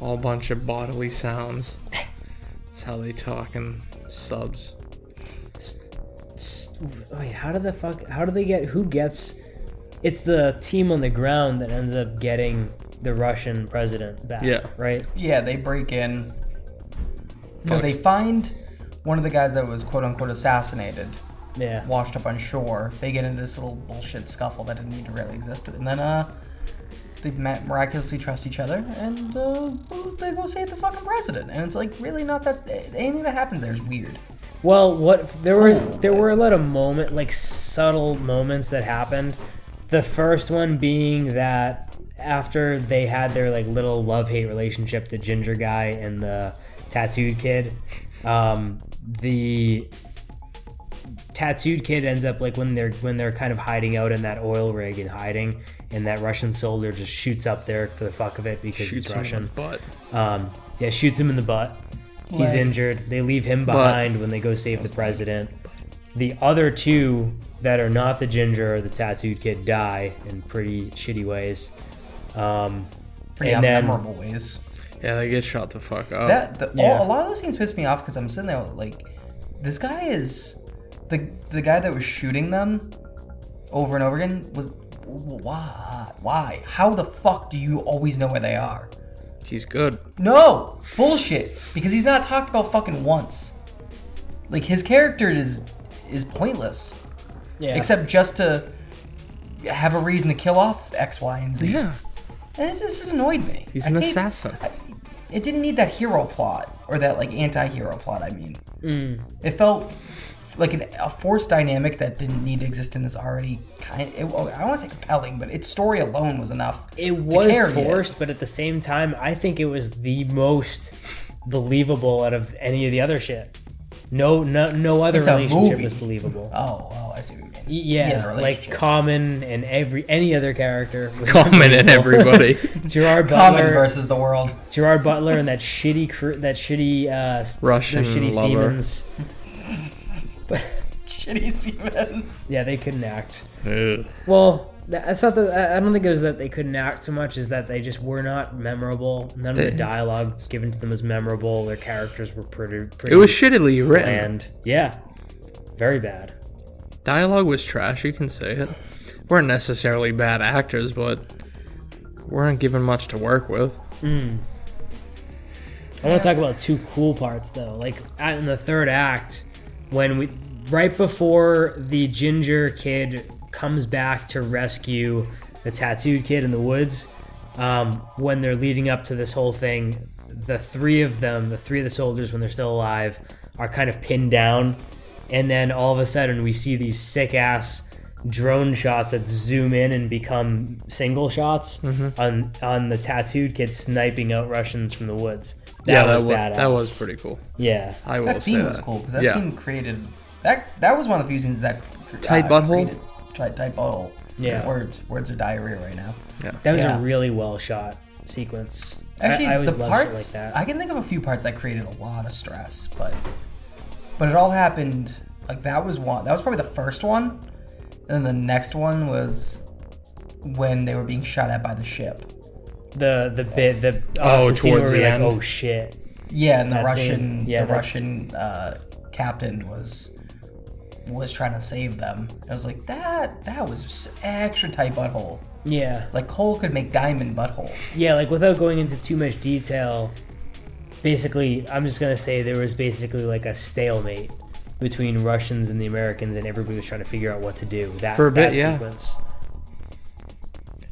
S2: All bunch of bodily sounds. That's how they talk in subs.
S1: Wait, how did the fuck? How do they get? Who gets? It's the team on the ground that ends up getting the Russian president back.
S2: Yeah.
S1: Right.
S3: Yeah, they break in. No, they find one of the guys that was quote unquote assassinated
S1: Yeah.
S3: washed up on shore. They get into this little bullshit scuffle that didn't need to really exist, and then uh, they ma- miraculously trust each other, and uh, they go save the fucking president. And it's like really not that anything that happens there is weird.
S1: Well, what there were there were a lot of moment like subtle moments that happened. The first one being that after they had their like little love hate relationship, the ginger guy and the tattooed kid, um, the tattooed kid ends up like when they're when they're kind of hiding out in that oil rig and hiding, and that Russian soldier just shoots up there for the fuck of it because
S2: Shoots
S1: it's
S2: him in the
S1: Russian.
S2: butt.
S1: Um, yeah, shoots him in the butt. He's
S3: Leg.
S1: injured. They leave him behind when they go save the president. The other two that are not the ginger or the tattooed kid die in pretty shitty ways. Um,
S3: Pretty
S1: And then-
S3: memorable ways.
S2: Yeah, they get shot the fuck up.
S3: That the,
S1: Yeah.
S3: all, a lot of those scenes pissed me off because I'm sitting there like, this guy is the the guy that was shooting them over and over again was why why how the fuck do you always know where they are?
S2: He's good.
S3: No bullshit because he's not talked about fucking once. Like his character is is pointless
S1: yeah.
S3: except just to have a reason to kill off X Y and Z.
S2: Yeah,
S3: And this, this just annoyed me.
S2: he's
S3: I
S2: an
S3: hate-
S2: assassin.
S3: it didn't need that hero plot or that like anti-hero plot i mean
S1: Mm.
S3: it felt like an, a forced dynamic that didn't need to exist in this already kind it, well, i don't want to say compelling but its story alone was enough
S1: it
S3: to
S1: was
S3: carry it.
S1: forced, but at the same time, I think it was the most believable out of any of the other shit. No, no, no other
S3: It's a
S1: relationship
S3: movie.
S1: was believable.
S3: oh oh i see what you mean
S1: Y- yeah,
S3: the
S1: like
S3: relationships.
S1: Common and every any other character. was
S2: Common in everybody.
S1: Gerard
S3: common
S1: Butler,
S3: versus the world
S1: Gerard Butler and that shitty crew, that shitty uh, s-
S2: Russian
S1: those shitty
S2: lover.
S1: Siemens.
S3: shitty Steven.
S1: Yeah, they couldn't act.
S2: Ugh.
S1: Well, tha- that's not the. I- I don't think it was that they couldn't act so much as that they just were not memorable. None of the
S2: They-
S1: dialogue given to them was memorable. Their characters were pretty. pretty
S2: it was shittily written.
S1: bland. Yeah, very bad.
S2: Dialogue was trash. You can say it. Weren't necessarily bad actors, but weren't given much to work with.
S1: I want to talk about two cool parts though. Like at- in the third act, when we right before the ginger kid comes back to rescue the tattooed kid in the woods, um, when they're leading up to this whole thing, the three of them, the three of the soldiers, when they're still alive, are kind of pinned down, and then all of a sudden we see these sick ass drone shots that zoom in and become single shots on on the tattooed kid sniping out Russians from the woods. That was
S2: wa-
S1: badass.
S2: that was pretty cool.
S1: Yeah.
S2: I will
S3: that
S2: say
S3: scene
S2: that.
S3: was cool because that
S2: yeah.
S3: scene created that that was one of the few scenes that uh,
S2: Tight butthole?
S3: created- tight, tight butthole
S1: Yeah.
S3: words words are diarrhea right now
S1: That was
S3: Yeah.
S1: a really well shot sequence. I-
S3: Actually,
S1: I, always
S3: the
S1: love
S3: parts
S1: shit like that.
S3: I can think of a few parts that created a lot of stress, but but it all happened like that was one. That was probably the first one, and then the next one was when they were being shot at by the ship.
S1: the the bit the uh,
S2: Oh,
S1: the scene where
S2: towards
S1: we're
S2: the
S1: like,
S2: end.
S1: Oh shit!
S3: Yeah, and the
S1: That scene,
S3: Russian
S1: yeah,
S3: the
S1: that-
S3: Russian uh, captain was was trying to save them. I was like that that was just extra tight butthole.
S1: Yeah,
S3: Like Cole could make diamond butthole.
S1: yeah. Like without going into too much detail, basically, I'm just gonna say there was basically like a stalemate between Russians and the Americans, and everybody was trying to figure out what to do. That
S2: For a bit,
S1: that
S2: yeah.
S1: Sequence.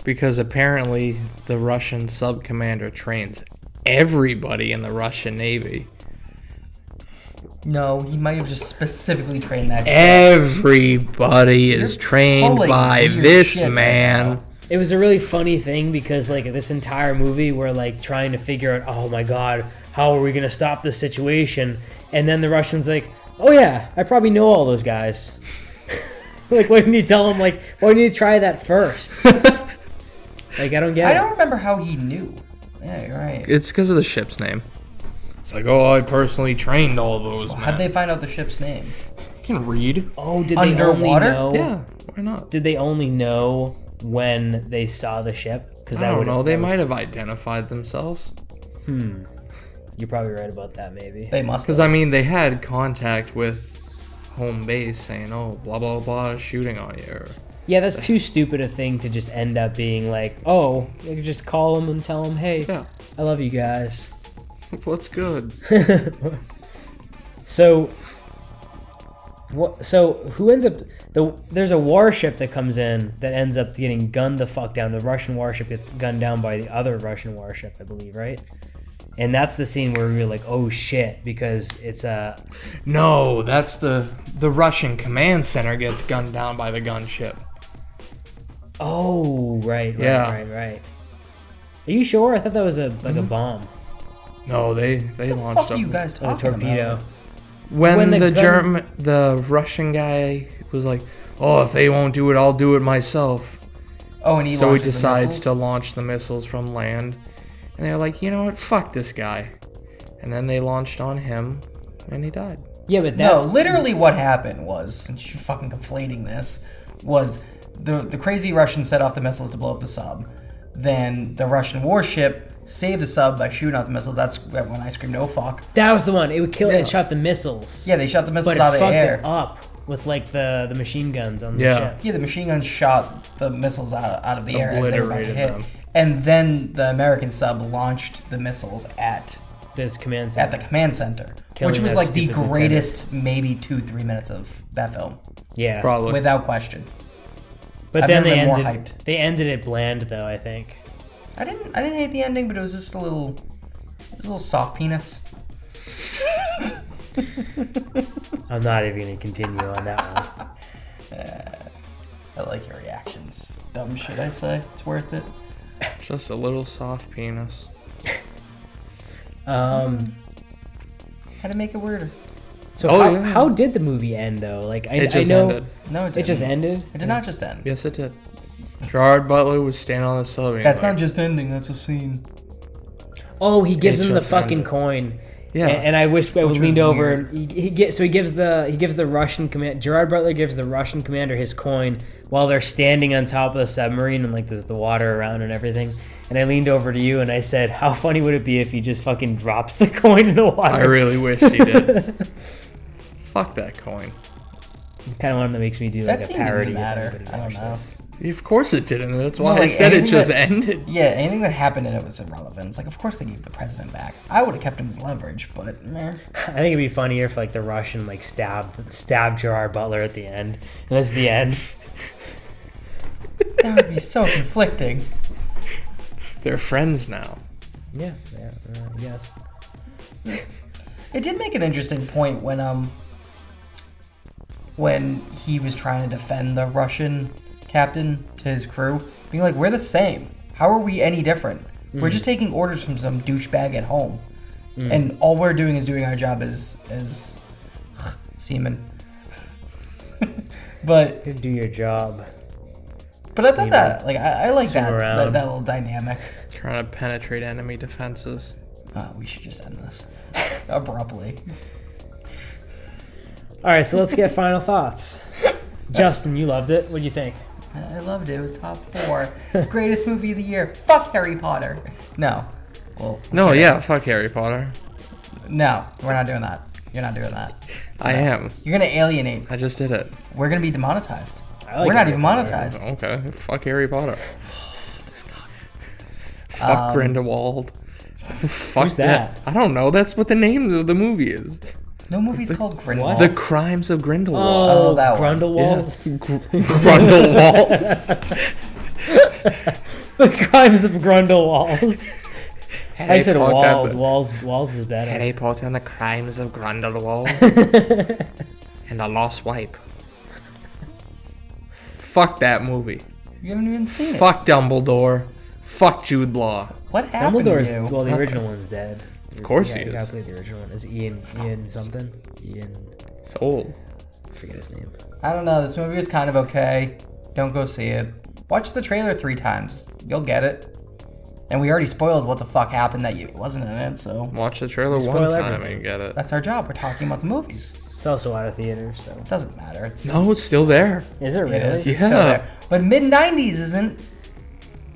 S2: because apparently the Russian sub commander trains everybody in the Russian Navy.
S3: No, he might have just specifically trained that. ship.
S2: Everybody is
S3: You're
S2: trained
S3: pulling
S2: by
S3: weird
S2: this
S3: shit right
S2: man.
S3: now.
S1: It was a really funny thing because like this entire movie we're like trying to figure out, oh my god, how are we gonna stop this situation? And then the Russians like, oh yeah, I probably know all those guys. like why didn't you tell them like why didn't you try that first? like I don't get
S3: I
S1: it.
S3: don't remember how he knew. Yeah, you're right.
S2: It's because of the ship's name. It's like, oh, I personally trained all those
S3: How'd
S2: men.
S3: they find out the ship's name?
S2: You can read.
S1: oh, did
S3: Underwater?
S1: they only know?
S2: Yeah, why not?
S1: Did they only know when they saw the ship? Because
S2: I
S1: that
S2: don't
S1: would
S2: know. They might have identified themselves.
S1: You're probably right about that. Maybe.
S3: They must.
S2: Because
S3: have.
S2: I mean, they had contact with home base saying, "Oh, blah blah blah, is shooting on you." or-
S1: Yeah, that's too stupid a thing to just end up being like, oh, you could just call them and tell them, hey,
S2: Yeah,
S1: I love you guys.
S2: what's good?
S1: So, What, so who ends up the there's a warship that comes in that ends up getting gunned the fuck down. The Russian warship gets gunned down by the other Russian warship, I believe, right? And that's the scene where we were like, "Oh shit!" because it's a
S2: No, that's the the Russian command center gets gunned down by the gunship.
S1: oh right, right,
S2: Yeah.
S1: right, right. Are you sure? I thought that was a like a bomb,
S2: No, they they launched
S3: Fuck are
S2: up
S3: you guys Mm-hmm. talking
S1: a torpedo.
S3: about?
S2: when,
S1: when the
S2: the,
S1: gun-
S2: German the Russian guy was like, "Oh, if they won't do it, I'll do it myself."
S3: Oh, and he
S2: so he
S3: launches the
S2: decides
S3: missiles?
S2: to launch the missiles from land, and they're like, "You know what? Fuck this guy," and then they launched on him, and he died.
S1: Yeah, but that's
S3: No, literally what happened was, since you're fucking conflating this, was the the crazy Russian set off the missiles to blow up the sub. Then the Russian warship saved the sub by shooting out the missiles. That's when I screamed, no fuck.
S1: that was the one. It would kill.
S2: Yeah.
S1: It shot the missiles.
S3: Yeah, they shot the
S1: but
S3: missiles
S1: it
S3: out of
S1: fucked
S3: the air.
S1: it up with like the the machine guns on the
S2: Yeah.
S1: ship.
S3: Yeah, the machine guns shot the missiles out, out of the air as they were about to
S2: Obliterated
S3: hit.
S2: them.
S3: And then the American sub launched the missiles at
S1: This command
S3: at
S1: center.
S3: the command center,
S1: Killing
S3: which was
S1: that
S3: like the
S1: stupid
S3: greatest maybe two three minutes of that film,
S1: yeah,
S2: Probably.
S3: without question.
S1: But
S3: I've
S1: then
S3: never
S1: they
S3: been more
S1: ended.
S3: hyped.
S1: They ended it bland, though. I think.
S3: I didn't I didn't hate the ending, but it was just a little a little soft penis.
S1: I'm not even gonna continue on that one.
S3: I like your reactions. Dumb shit I say. It's worth it.
S2: Just a little soft penis.
S1: Um,
S3: How to make it weirder?
S1: so
S2: Oh,
S1: how,
S2: yeah.
S1: how did the movie end though? Like I,
S2: It just
S1: I know
S2: ended.
S3: No, it,
S1: it
S3: didn't.
S1: just ended.
S3: It did not just end.
S2: Yes, it did. Gerard Butler was standing on the sub. and
S3: That's
S2: like,
S3: not just ending. That's a scene.
S1: Oh, he gives
S2: It
S1: him the
S2: just
S1: fucking
S2: ended.
S1: coin.
S2: Yeah.
S1: And, and I wish I would
S3: was
S1: leaned over
S3: weird.
S1: and he, he gets so he gives the he gives the Russian command Gerard Butler gives the Russian commander his coin while they're standing on top of the submarine and like there's the water around and everything. And I leaned over to you and I said, "How funny would it be if he just fucking drops the coin in the water?"
S2: I really wish he did. Fuck that coin.
S1: kind of one that makes me do like
S3: That
S1: a
S3: scene didn't
S1: parody. if
S3: matter.
S1: anybody
S3: I don't
S1: watched
S3: know.
S1: this.
S2: Of course it didn't. That's why
S3: No,
S2: I
S3: like,
S2: said it
S3: anything
S2: just
S3: that-
S2: ended.
S3: Yeah, anything that happened in it was irrelevant. It's like, of course they gave the president back. I would have kept him as leverage, but meh.
S1: I think it'd be funnier if like the Russian like stabbed stabbed Gerard Butler at the end, and that's the end.
S3: that would be so conflicting.
S2: They're friends now.
S1: yeah, yeah, uh, I guess.
S3: It did make an interesting point when um when he was trying to defend the Russian captain to his crew, being like, "We're the same. How are we any different? We're just taking orders from some douchebag at home, and all we're doing is doing our job as as seamen." but
S1: You do your job.
S3: but I thought that like I, I like
S1: Swim
S3: that,
S1: around.
S3: that that little dynamic.
S2: Trying to penetrate enemy defenses.
S3: Oh, we should just end this abruptly.
S1: All right, so let's get final thoughts. Justin, you loved it. What do you think?
S3: I loved it. It was top four. Greatest movie of the year. Fuck Harry Potter. No. Well,
S2: No, yeah, fuck Harry Potter.
S3: no, we're not doing that. You're not doing that.
S2: I am.
S3: You're gonna alienate.
S2: I just did it.
S3: We're gonna be demonetized.
S1: I like
S3: we're not
S1: Harry
S3: even
S1: Potter.
S3: monetized.
S2: Okay, fuck Harry Potter.
S3: This guy.
S2: Fuck Brenda Wald. fuck
S1: Um, Who's
S2: that?
S1: that?
S2: I don't know. That's what the name of the movie is.
S3: No movie's called Grindelwald.
S2: The Crimes of Grindelwald.
S3: Oh, that one.
S1: Grundlewald.
S2: Yeah. Gr- Grundlewald.
S1: the crimes of Grundlewald. I said
S2: Harry Potter,
S1: Wald.
S2: but-
S1: Walls. Walls is better.
S2: Harry Potter and the Crimes of Grindelwald and the Lost Wipe. Fuck that movie.
S3: You haven't even seen it.
S2: Fuck Dumbledore. Fuck Jude Law.
S3: What happened
S1: Dumbledore is
S3: to you?
S1: well. The original one's dead. Of
S2: course he
S1: You gotta
S2: is.
S1: play the original one. Is Ian? Ian something? Ian.
S2: It's old.
S1: I forget his name.
S3: I don't know. This movie was kind of okay. Don't go see it. Watch the trailer three times. You'll get it. And we already spoiled what the fuck happened that you wasn't in it, so
S2: Watch the trailer one
S1: spoil
S2: time
S1: everything.
S2: and get it.
S3: that's our job. We're talking about the movies.
S1: It's also out of theaters. So
S3: Doesn't matter. It's
S2: No, it's still there.
S1: is it really?
S3: It is. It's
S2: Yeah.
S3: still there. But mid 90s isn't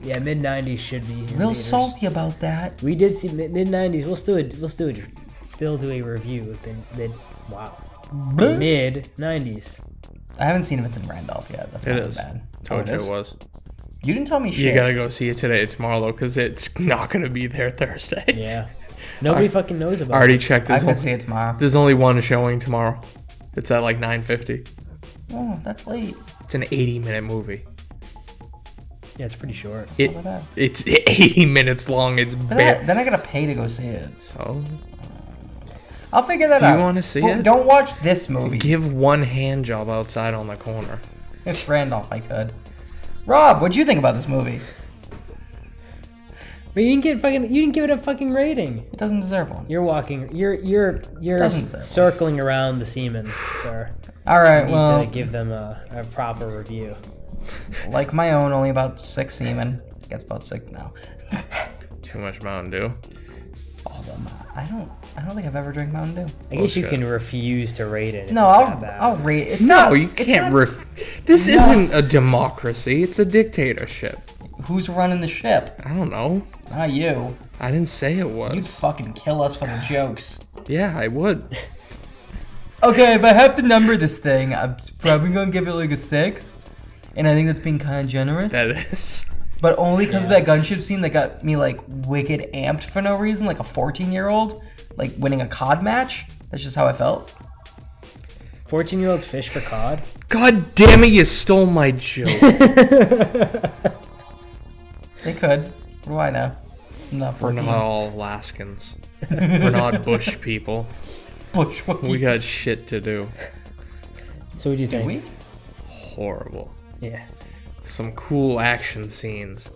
S1: Yeah, mid '90s should be. in
S3: real
S1: theaters.
S3: salty about that.
S1: We did see mid '90s. We'll still we'll still still do a review of the mid. Wow. Mid '90s.
S3: I haven't seen Vincent Randolph yet. That's
S2: It
S3: probably
S2: is.
S3: bad. Oh,
S2: Told you it was.
S3: You didn't tell me
S2: You
S3: shit.
S2: gotta go see it today, tomorrow, though, because it's not gonna be there Thursday.
S1: Yeah. Nobody fucking knows about
S2: I already checked.
S3: I
S2: There's,
S3: can
S2: only,
S3: see it tomorrow.
S2: there's only one showing tomorrow. It's at like 9:50.
S3: Oh, that's late.
S2: It's an 80-minute movie.
S1: Yeah, it's pretty short.
S2: It,
S3: not that bad.
S2: it's 80 minutes long. It's
S3: But
S2: bare.
S3: that, then I gotta pay to go see it.
S2: So
S3: I'll figure that
S2: Do you
S3: out.
S2: wanna see
S3: But
S2: it?
S3: Don't watch this movie.
S2: give one hand job outside on the corner.
S3: It's Randolph, I could. Rob, what'd you think about this movie?
S1: But you didn't get fucking. You didn't give it a fucking rating.
S3: It doesn't deserve one.
S1: You're walking. You're you're you're
S3: Doesn't there?
S1: circling around the semen, sir.
S3: All right,
S1: You
S3: well,
S1: need to give them a, a proper review.
S3: like my own, only about six semen. Gets about six now.
S2: Too much Mountain Dew.
S3: I don't. I don't think I've ever drank Mountain Dew.
S1: I guess you
S2: Bullshit.
S1: can refuse to rate it. if
S3: No,
S1: it's that
S3: I'll.
S1: bad.
S3: I'll rate. It's
S2: No,
S3: not-
S2: you
S3: it's
S2: can't.
S3: not
S2: Ref- this isn't a democracy. It's a dictatorship.
S3: Who's running the ship?
S2: I don't know.
S3: Not you.
S2: I didn't say it was.
S3: You'd fucking kill us for the jokes.
S2: Yeah, I would.
S3: Okay, if I have to number this thing, I'm probably gonna give it like a six. And I think that's being kind of generous.
S2: That is.
S3: But only because of that gunship scene that got me like wicked amped for no reason, like a 14 year old, like winning a COD match. That's just how I felt.
S1: Fourteen year olds fish for cod.
S2: God damn it! You stole my joke.
S3: They could. What do I know? I'm not
S2: We're
S3: fucking
S2: not all Alaskans. We're not bush people.
S3: bushwhackers.
S2: We got shit to do.
S1: So what do you think?
S3: we?
S2: Horrible.
S1: Yeah.
S2: Some cool action scenes.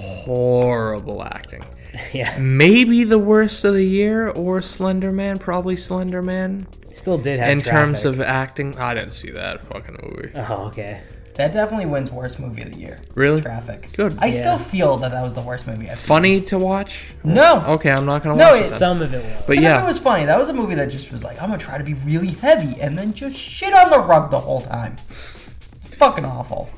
S2: Horrible acting.
S1: Yeah.
S2: Maybe the worst of the year, or Slender Man. Probably Slender Man.
S1: Still did have
S2: In terms
S1: traffic.
S2: of acting, I didn't see that fucking movie.
S1: Oh, okay.
S3: That definitely wins worst movie of the year.
S2: Really?
S3: Traffic.
S2: Good.
S3: I still feel that that was the worst movie I've seen.
S2: Funny to watch?
S3: No.
S2: Okay, I'm not gonna
S3: No,
S2: watch
S3: it-
S2: that.
S1: Some of it was.
S2: But
S3: Some of
S2: yeah.
S3: it was funny. That was a movie that just was like, I'm gonna try to be really heavy and then just shit on the rug the whole time. Fucking awful.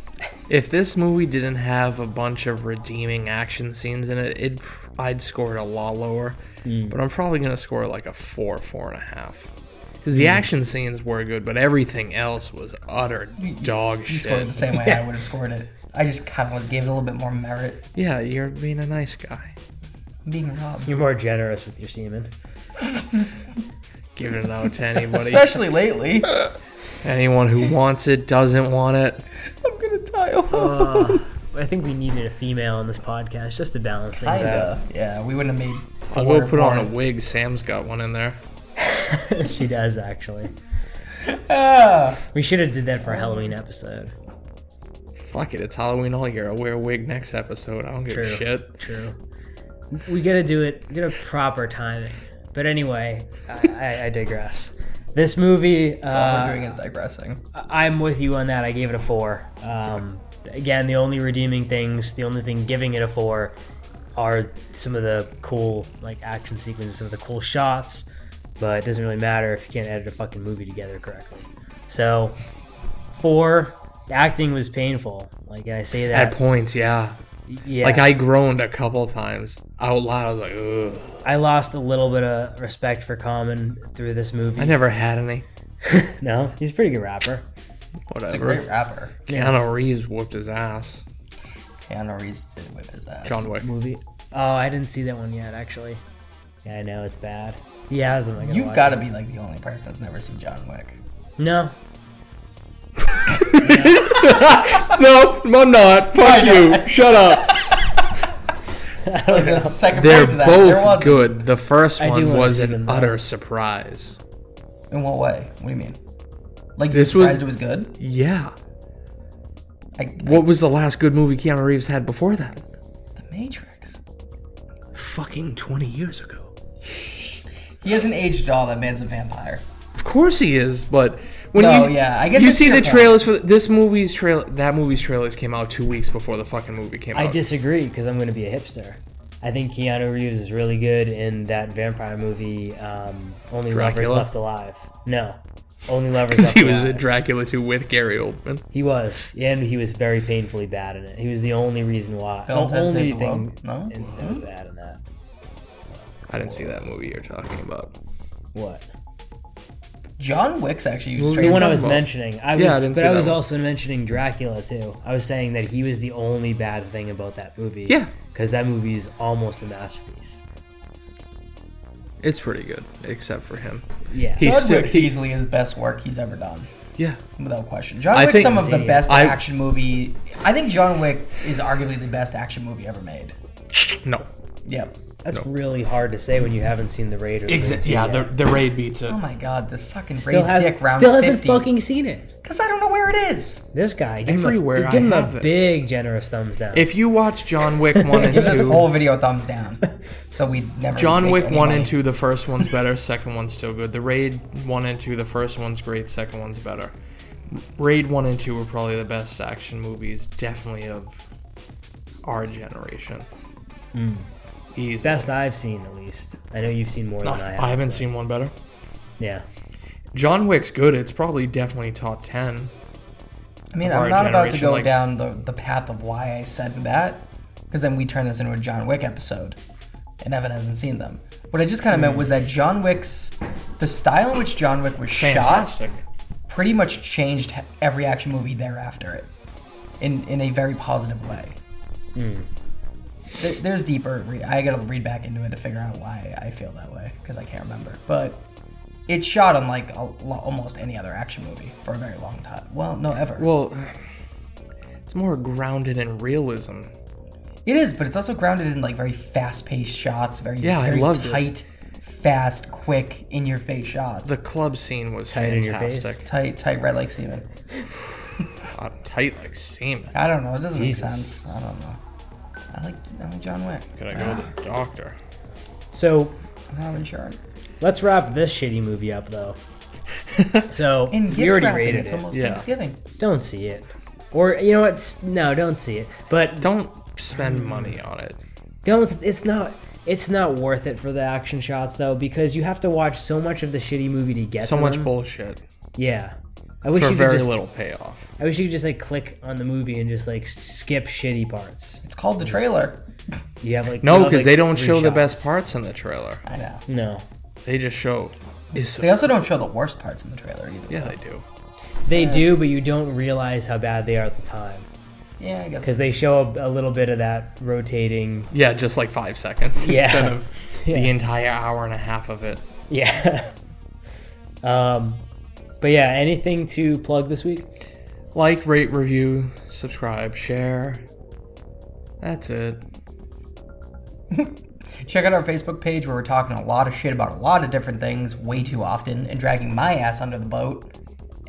S2: If this movie didn't have a bunch of redeeming action scenes in it, it I'd score it a lot lower.
S3: Hmm.
S2: But I'm probably gonna score like a four, four and a half. Because
S3: Hmm.
S2: the action scenes were good, but everything else was utter dog
S3: You scored it the
S2: shit.
S3: same way I would have scored it. I just kind of was gave it a little bit more merit.
S2: Yeah, you're being a nice guy.
S3: I'm being robbed.
S1: You're more generous with your semen.
S2: Giving it out to anybody.
S3: Especially lately. I'm
S2: Anyone who wants it, doesn't want it.
S3: gonna tie off.
S2: Oh,
S1: I think we needed a female in this podcast just to balance things out.
S3: Kinda. Yeah, we wouldn't have made.
S2: I
S3: four
S2: will put on a
S3: more.
S2: wig. Sam's got one in there.
S1: she does actually.
S3: Ah,
S1: We should have did that for a Halloween episode.
S2: Fuck it, it's Halloween all year. I'll wear a wig next episode. I don't give
S1: True.
S2: a shit.
S1: True. We gotta do it. Get a proper timing. But anyway, I, I, I digress. This movie,
S3: all we're
S1: uh,
S3: doing is digressing.
S1: I- I'm with you on that. I gave it a four. Um, again, the only redeeming things, the only thing giving it a four, are some of the cool like action sequences, some of the cool shots. But it doesn't really matter if you can't edit a fucking movie together correctly. So, four. The acting was painful. Like, and I say
S2: At
S1: that.
S2: points, yeah.
S1: yeah.
S2: Like I groaned a couple times out loud. I was like, ugh.
S1: I lost a little bit of respect for Common through this movie.
S2: I never had any.
S1: No, he's a pretty good rapper.
S3: He's a
S2: Whatever.
S3: great rapper.
S2: Keanu Reeves whooped his ass.
S3: Keanu Reeves did whip his ass.
S2: John Wick.
S1: Movie. Oh, I didn't see that one yet, actually. Yeah, I know it's bad. He hasn't. Like,
S3: You've got to be like the only person that's never seen John Wick.
S1: No,
S2: No, I'm not. Fuck you. Shut up.
S3: Like, there's a second
S2: They're
S3: part to that. There
S2: both
S3: wasn't.
S2: good. The first
S1: I do
S2: one
S1: wanna
S2: was
S1: see
S2: an
S1: them, though.
S2: utter surprise.
S3: In what way? What do you mean? Like you
S2: This
S3: were
S2: was-
S3: surprised it was good?
S2: Yeah.
S3: Like
S2: What was the last good movie Keanu Reeves had before that?
S3: The Matrix.
S2: Fucking 20 years ago.
S3: He hasn't aged at all. That man's a vampire.
S2: Of course he is, but when
S3: No,
S2: you
S3: yeah, I guess
S2: you
S3: that's
S2: see
S3: your
S2: the
S3: point.
S2: trailers for this movie's trailer, that movie's trailers came out two weeks before the fucking movie came
S1: I
S2: out.
S1: disagree because I'm going to be a hipster. I think Keanu Reeves is really good in that vampire movie, um, Only
S2: Dracula?
S1: Lovers Left Alive. No, Only Lovers
S2: because
S1: Left
S2: he was
S1: Alive.
S2: in Dracula 2 with Gary Oldman.
S1: he was, and he was very painfully bad in it. He was the only reason why.
S3: Bill and Ted
S1: only
S3: Saved the
S1: thing
S3: World? No?
S1: and- that was bad in that.
S2: I didn't see that movie you're talking about. Hmm?
S1: What?
S3: John Wick's actually used
S2: Well,
S3: straight.
S1: The one I
S2: talking
S1: was
S2: about?
S1: mentioning, I was,
S2: Yeah, I didn't
S1: but
S2: see
S1: I
S2: that
S1: was
S2: one.
S1: also mentioning Dracula too. I was saying that he was the only bad thing about that movie.
S2: Yeah.
S1: because that movie is almost a masterpiece.
S2: It's pretty good, except for him.
S1: Yeah.
S2: He still,
S3: Chadwick's
S2: he,
S3: easily his best work he's ever done,
S2: yeah.
S3: without question. John
S2: I
S3: Wick's
S2: think-
S3: some of the best
S2: I-
S3: action movie. I think John Wick is arguably the best action movie ever made.
S2: No.
S3: Yep.
S1: That's really hard to say when you haven't seen the Raid. Or the Raid
S4: Exit.
S1: 2
S4: Yeah,
S1: yet.
S4: the, the raid beats it.
S3: Oh my god, the sucking
S1: still,
S3: Braid's
S1: has,
S3: dick round
S1: still hasn't
S3: 50.
S1: fucking seen it.
S3: Cause I don't know where it is.
S1: This guy, give
S2: everywhere
S1: him a,
S2: I
S1: give him
S2: have
S1: a
S2: it.
S1: big generous thumbs down.
S2: If you watch John Wick one and
S3: Give this
S2: two,
S3: whole video a thumbs down. So we never.
S2: John
S3: make
S2: Wick
S3: any
S2: one
S3: money.
S2: and two, the first one's better, second one's still good. The raid one and two, the first one's great, second one's better. Raid one and two were probably the best action movies, definitely of our generation.
S3: Hmm.
S2: Easily.
S1: Best I've seen, at least. I know you've seen more
S2: No,
S1: than I have.
S2: I haven't seen one better.
S1: Yeah.
S2: John Wick's good. It's probably definitely top ten.
S3: I mean,
S2: of our
S3: I'm not about to
S2: generation,
S3: go
S2: like-
S3: down the, the path of why I said that, because then we turn this into a John Wick episode, and Evan hasn't seen them. What I just kind of meant was
S2: Hmm.
S3: that John Wick's the style in which John Wick was shot
S2: Fantastic.
S3: pretty much changed he- every action movie thereafter, it in in a very positive way.
S2: Hmm.
S3: There- There's deeper. Re- I gotta read back into it to figure out why I feel that way because I can't remember. But it shot unlike a, lo- almost any other action movie for a very long time. Well, no, ever.
S2: Well, it's more grounded in realism.
S3: It is, but it's also grounded in like very fast-paced shots, very
S2: Yeah, I
S3: very
S2: loved it.
S3: tight, fast, quick, in-your-face shots.
S2: The club scene was
S1: Tight in your face.
S2: fantastic.
S3: tight, tight, red like semen.
S2: God, tight like semen.
S3: I don't know. It doesn't
S1: Jesus.
S3: make sense. I don't know. I like I like John Wick.
S2: Could I go to the doctor?
S1: So
S3: I don't have insurance.
S1: let's wrap this shitty movie up, though. so
S3: In
S1: we
S3: gift
S1: already
S3: wrapping,
S1: rated
S3: it's
S1: it.
S3: almost
S2: Yeah.
S3: Thanksgiving.
S1: Don't see it. Or you know what? S- No, don't see it. But
S2: Don't spend money on it.
S1: don't. It's not. It's not worth it for the action shots though, because you have to watch so much of the shitty movie to get
S2: So
S1: to
S2: much
S1: them.
S2: bullshit
S1: Yeah. I wish you
S2: for
S1: could
S2: very
S1: just,
S2: little payoff.
S1: I wish you could just like click on the movie and just like skip shitty parts.
S3: It's called the trailer.
S1: You have like
S2: No,
S1: you have,
S2: because
S1: like,
S2: they don't
S1: three
S2: show the
S1: shots.
S2: best parts in the trailer.
S3: I know.
S1: No,
S2: They just show.
S3: They also don't show the worst parts in the trailer either.
S2: Yeah, they do.
S1: they do, but you don't realize how bad they are at the time
S3: Yeah, I guess.
S1: because they show a, a little bit of that rotating.
S2: Yeah, just like five seconds
S1: Yeah.
S2: instead of
S1: Yeah.
S2: the entire hour and a half of it.
S1: Yeah. um, but yeah, anything to plug this week?
S2: Like, rate, review, subscribe, share. That's it.
S3: Check out our Facebook page where we're talking a lot of shit about a lot of different things way too often and dragging my ass under the boat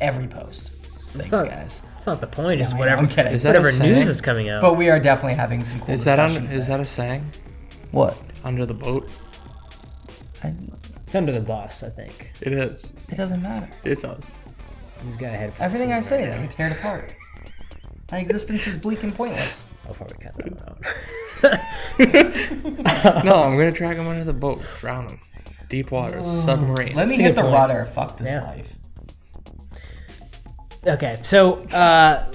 S3: every post. Thanks,
S1: not-
S3: guys.
S1: It's not the point. It's
S3: I know,
S1: whatever
S3: I'm kidding.
S2: Is that
S1: whatever
S2: a saying?
S1: news is coming out.
S3: But we are definitely having some cool
S2: Is that un-
S3: discussions
S2: is
S3: there.
S2: that a saying?
S3: what?
S2: Under the boat?
S3: I,
S1: it's under the bus, I think.
S2: It is.
S3: it doesn't matter.
S2: It does.
S1: He's got a head. for
S3: Everything
S1: this
S3: I
S1: right
S3: say,
S1: now.
S3: that we tear it apart. My existence is bleak and pointless.
S1: I'll probably cut that out.
S2: No, I'm gonna drag him under the boat, drown him, deep waters, submarine.
S3: Let me
S1: That's a
S3: hit
S1: good
S3: the
S1: point.
S3: rudder. Fuck this
S1: Yeah.
S3: life.
S1: Okay, so uh,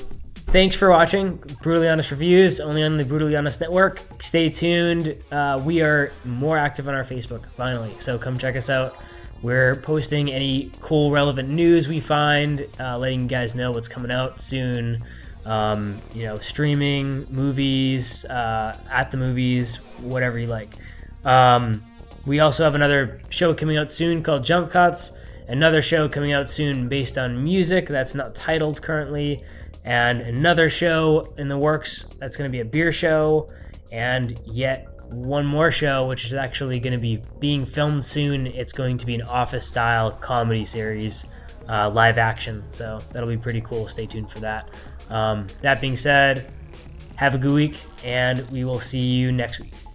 S1: thanks for watching Brutally Honest Reviews, only on the Brutally Honest Network. Stay tuned. Uh, we are more active on our Facebook, finally, so come check us out. We're posting any cool, relevant news we find, uh, letting you guys know what's coming out soon. Um, you know, streaming, movies, uh, at the movies, whatever you like. Um, we also have another show coming out soon called Jump Cuts. Another show coming out soon based on music that's not titled currently. And another show in the works that's going to be a beer show. And yet one more show, which is actually going to be being filmed soon. It's going to be an office style comedy series, uh, live action. So that'll be pretty cool. Stay tuned for that. Um, that being said, have a good week, and we will see you next week.